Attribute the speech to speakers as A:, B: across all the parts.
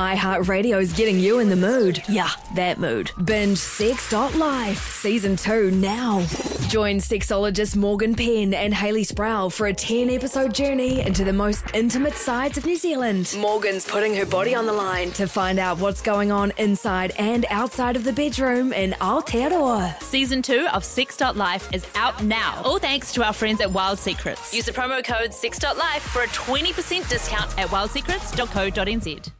A: iHeartRadio's getting you in the mood. Yeah, that mood. Binge Sex.life, Season 2 now. Join sexologist Morgan Penn and Haley Sproul for a 10 episode journey into the most intimate sides of New Zealand. Morgan's putting her body on the line to find out what's going on inside and outside of the bedroom in Aotearoa.
B: Season 2 of 6.life is out now. All thanks to our friends at Wild Secrets. Use the promo code 6.life for a 20% discount at wildsecrets.co.nz.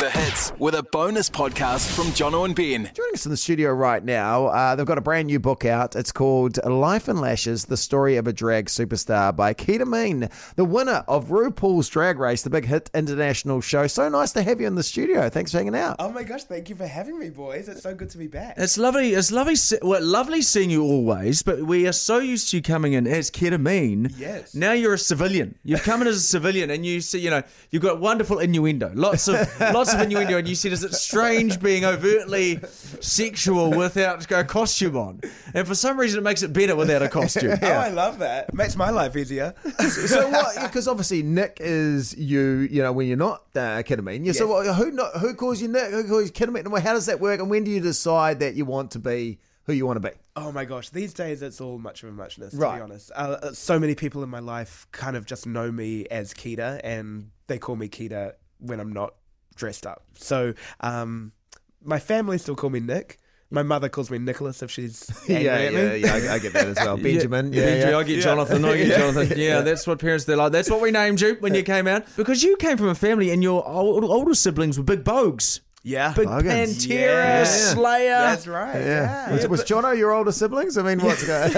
C: The hits with a bonus podcast from Jono and Ben.
D: Joining us in the studio right now, uh, they've got a brand new book out. It's called Life in Lashes The Story of a Drag Superstar by Keita Mean, the winner of RuPaul's Drag Race, the big hit international show. So nice to have you in the studio. Thanks for hanging out.
E: Oh my gosh, thank you for having me, boys. It's so good to be back.
F: It's lovely. It's lovely. se- Well, lovely seeing you always. But we are so used to you coming in as ketamine.
E: Yes.
F: Now you're a civilian. You've come in as a civilian, and you see, you know, you've got wonderful innuendo. Lots of lots of innuendo, and you said, "Is it strange being overtly sexual without a costume on?" And for some reason, it makes it better without a costume.
E: Oh, I love that. Makes my life easier.
D: so what? Because obviously Nick is you. You know when you're not uh, ketamine. Yeah, So what, who not, who calls you Nick? Who calls you ketamine? And how does that work? And when do you decide that you want to be who you want to be?
E: Oh my gosh, these days it's all much of a muchness, to
D: Right.
E: be honest. Uh, so many people in my life kind of just know me as Keita, and they call me Keita when I'm not dressed up. So um, my family still call me Nick. My mother calls me Nicholas if she's angry at me.
D: I, I get that as well.
F: Benji, I get Jonathan. I get Jonathan. Yeah, that's what parents they're like. That's what we named you when you came out because you came from a family and your old, older siblings were big bogues.
E: Yeah.
F: Big
D: Buggins.
F: Pantera,
E: Yeah.
F: Slayer.
E: That's right.
D: Yeah.
E: Yeah.
D: Was, was Jono your older siblings? I mean, what's going?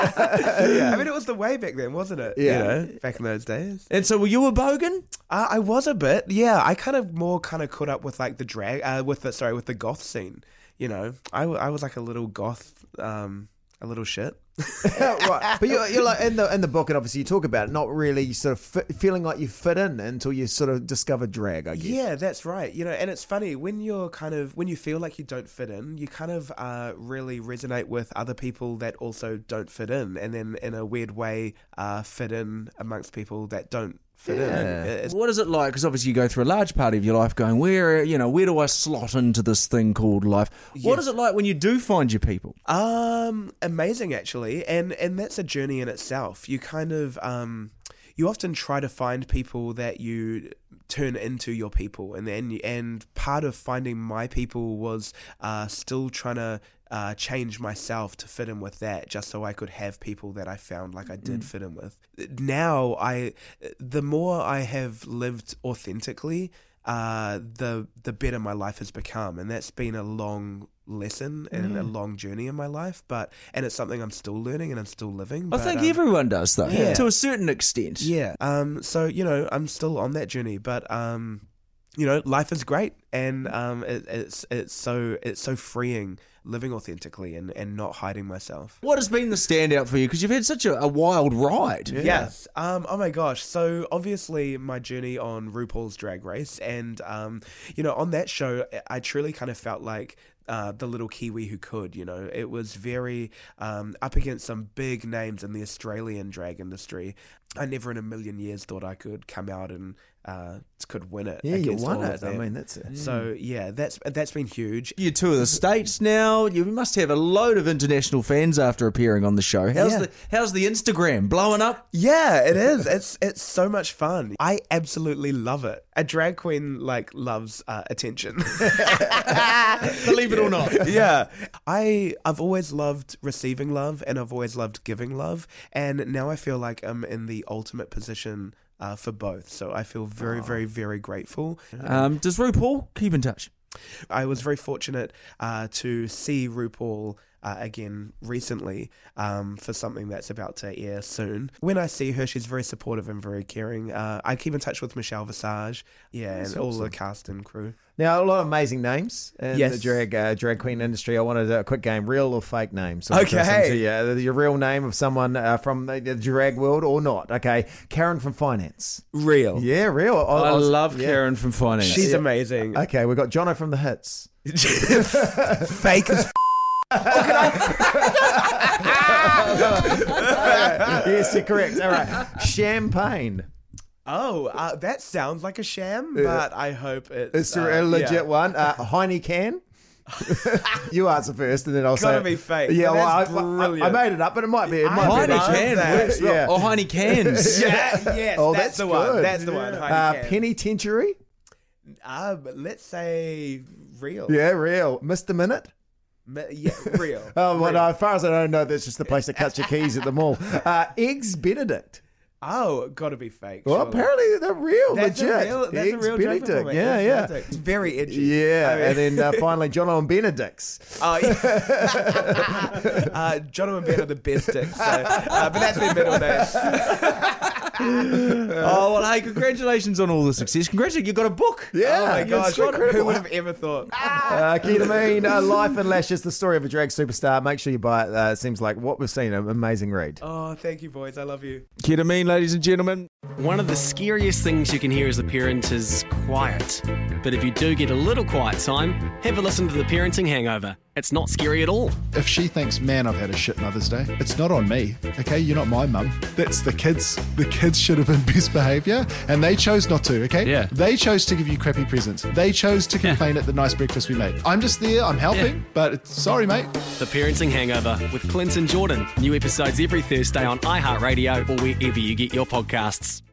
E: I mean, it was the way back then, wasn't it?
D: Yeah.
E: You know, back in those days.
F: And so were you a bogan?
E: Uh, I was a bit, yeah. I kind of more kind of caught up with like the drag, uh, with the sorry, with the goth scene. You know, I, w- I was like a little goth, um, a little shit.
D: right. But you're, you're like in the in the book, and obviously you talk about it, not really sort of fit, feeling like you fit in until you sort of discover drag. I guess.
E: Yeah, that's right. You know, and it's funny when you're kind of when you feel like you don't fit in, you kind of uh, really resonate with other people that also don't fit in, and then in a weird way, uh, fit in amongst people that don't fit in. It- It's
F: What is it like? Because obviously you go through a large part of your life going, where you know, where do I slot into this thing called life? What is it like when you do find your people?
E: Um, amazing actually, and and that's a journey in itself. You kind of um, you often try to find people that you turn into your people, and then and part of finding my people was uh, still trying to. Uh, change myself to fit in with that just so I could have people that I found like I did fit in with. Now I the more I have lived authentically, uh, the the better my life has become, and that's been a long lesson and a long journey in my life. But and it's something I'm still learning and I'm still living.
F: I
E: but,
F: think
E: um,
F: everyone does though,
E: yeah.
F: to a certain extent.
E: yeah. Um. So you know, I'm still on that journey, but um, you know, life is great, and um, it, it's it's so it's so freeing living authentically and and not hiding myself.
F: What has been the standout for you? Because you've had such a, a wild ride.
E: Yes. Um, oh my gosh. So obviously my journey on RuPaul's Drag Race, and um, you know, on that show, I truly kind of felt like. Uh, the little Kiwi who could, you know, it was very um, up against some big names in the Australian drag industry. I never in a million years thought I could come out and uh, could win it.
D: Yeah, you
E: against
D: won
E: all
D: it.
E: of
D: I
E: them.
D: mean, that's Mm. it.
E: so yeah, that's that's been huge.
F: You tour the states now. You must have a load of international fans after appearing on the show. How's
E: Yeah.
F: the How's the Instagram blowing up?
E: Yeah, it is. It's it's so much fun. I absolutely love it. A drag queen like loves uh, attention.
F: Believe it or not.
E: yeah. I I've always loved receiving love and I've always loved giving love and now I feel like I'm in the ultimate position uh, for both. So I feel very very very grateful.
F: Um, does RuPaul keep in touch?
E: I was very fortunate uh, to see RuPaul uh, again recently um, for something that's about to air soon. When I see her, she's very supportive and very caring. Uh, I keep in touch with Michelle Visage, yeah, and all the cast and crew.
D: Now a lot of amazing names in the
E: Yes.
D: drag uh, drag queen industry. I wanted a quick game: real or fake names. So
E: Okay.
D: yeah, your real name of someone uh, from the, the drag world or not. Okay, Karen from finance.
E: Real.
D: Yeah, real. I,
F: I,
D: was-
F: love
D: yeah.
F: Karen from finance.
E: She's amazing.
D: Okay, we got Jono from the hits.
E: Fake as f-
D: yes, you're correct. All right, champagne.
E: Oh, uh, that sounds like a sham, but I hope it's,
D: It's
E: uh,
D: a legit
E: yeah.
D: one. Uh, Heine can. you answer first, and then I'll say.
E: Gotta be fake.
D: Yeah,
E: Well,
D: well, I,
E: that's
D: I- I-
E: brilliant.
D: I made it up, but it might be. It
E: I
D: might be
E: love
F: Heine
D: right.
F: can
E: that.
F: works well.
D: Yeah.
F: Oh, Heine cans.
E: Yeah, yes,
D: Oh,
E: that's,
D: that's
E: the one.
D: good.
E: That's the one. Heidi
D: Uh,
E: Cam.
D: penitentiary.
E: Uh, but let's say real.
D: Yeah, real. Mr. Minute.
E: Ma- yeah real.
D: Oh, well,
E: Real.
D: no, as far as I don't know, that's just the place that cuts your keys at the mall. Uh, Eggs Benedict.
E: Oh, gotta be fake.
D: Well,
E: surely.
D: apparently they're real,
E: that's
D: legit.
E: a real, that's a
D: Eggs
E: real joke
D: Benedict.
E: for me.
D: Yeah, yeah.
E: That's fantastic. It's very edgy.
D: Yeah,
E: I mean-
D: and then uh, finally, John and Benedict's.
E: Oh, yeah. uh, John and Ben are the best dicks, so, uh, but that's their middle name.
F: Oh well, hey, congratulations on all the success. Congratulations, you got a book.
D: Yeah,
E: Oh my
D: it's
E: gosh, who
D: incredible.
E: would have ever thought?
D: Uh, ketamine, uh, life and lashes, the story of a drag superstar. Make sure you buy it. Uh, it seems like what we've seen, an amazing read.
E: Oh, thank you, boys. I love you.
F: Ketamine, ladies and gentlemen.
G: One of the scariest things you can hear as a parent is quiet. But if you do get a little quiet time, have a listen to The Parenting Hangover. It's not scary at all.
H: If she thinks, man, I've had a shit Mother's Day, it's not on me, okay? You're not my mum. That's the kids. The kids should have been best behaviour, and they chose not to, okay?
G: Yeah.
H: They chose to give you crappy presents. They chose to complain at the nice breakfast we made. I'm just there, I'm helping, but it's, sorry, mate.
G: The Parenting Hangover with Clint and Jordan. New episodes every Thursday on iHeartRadio or wherever you get your podcasts.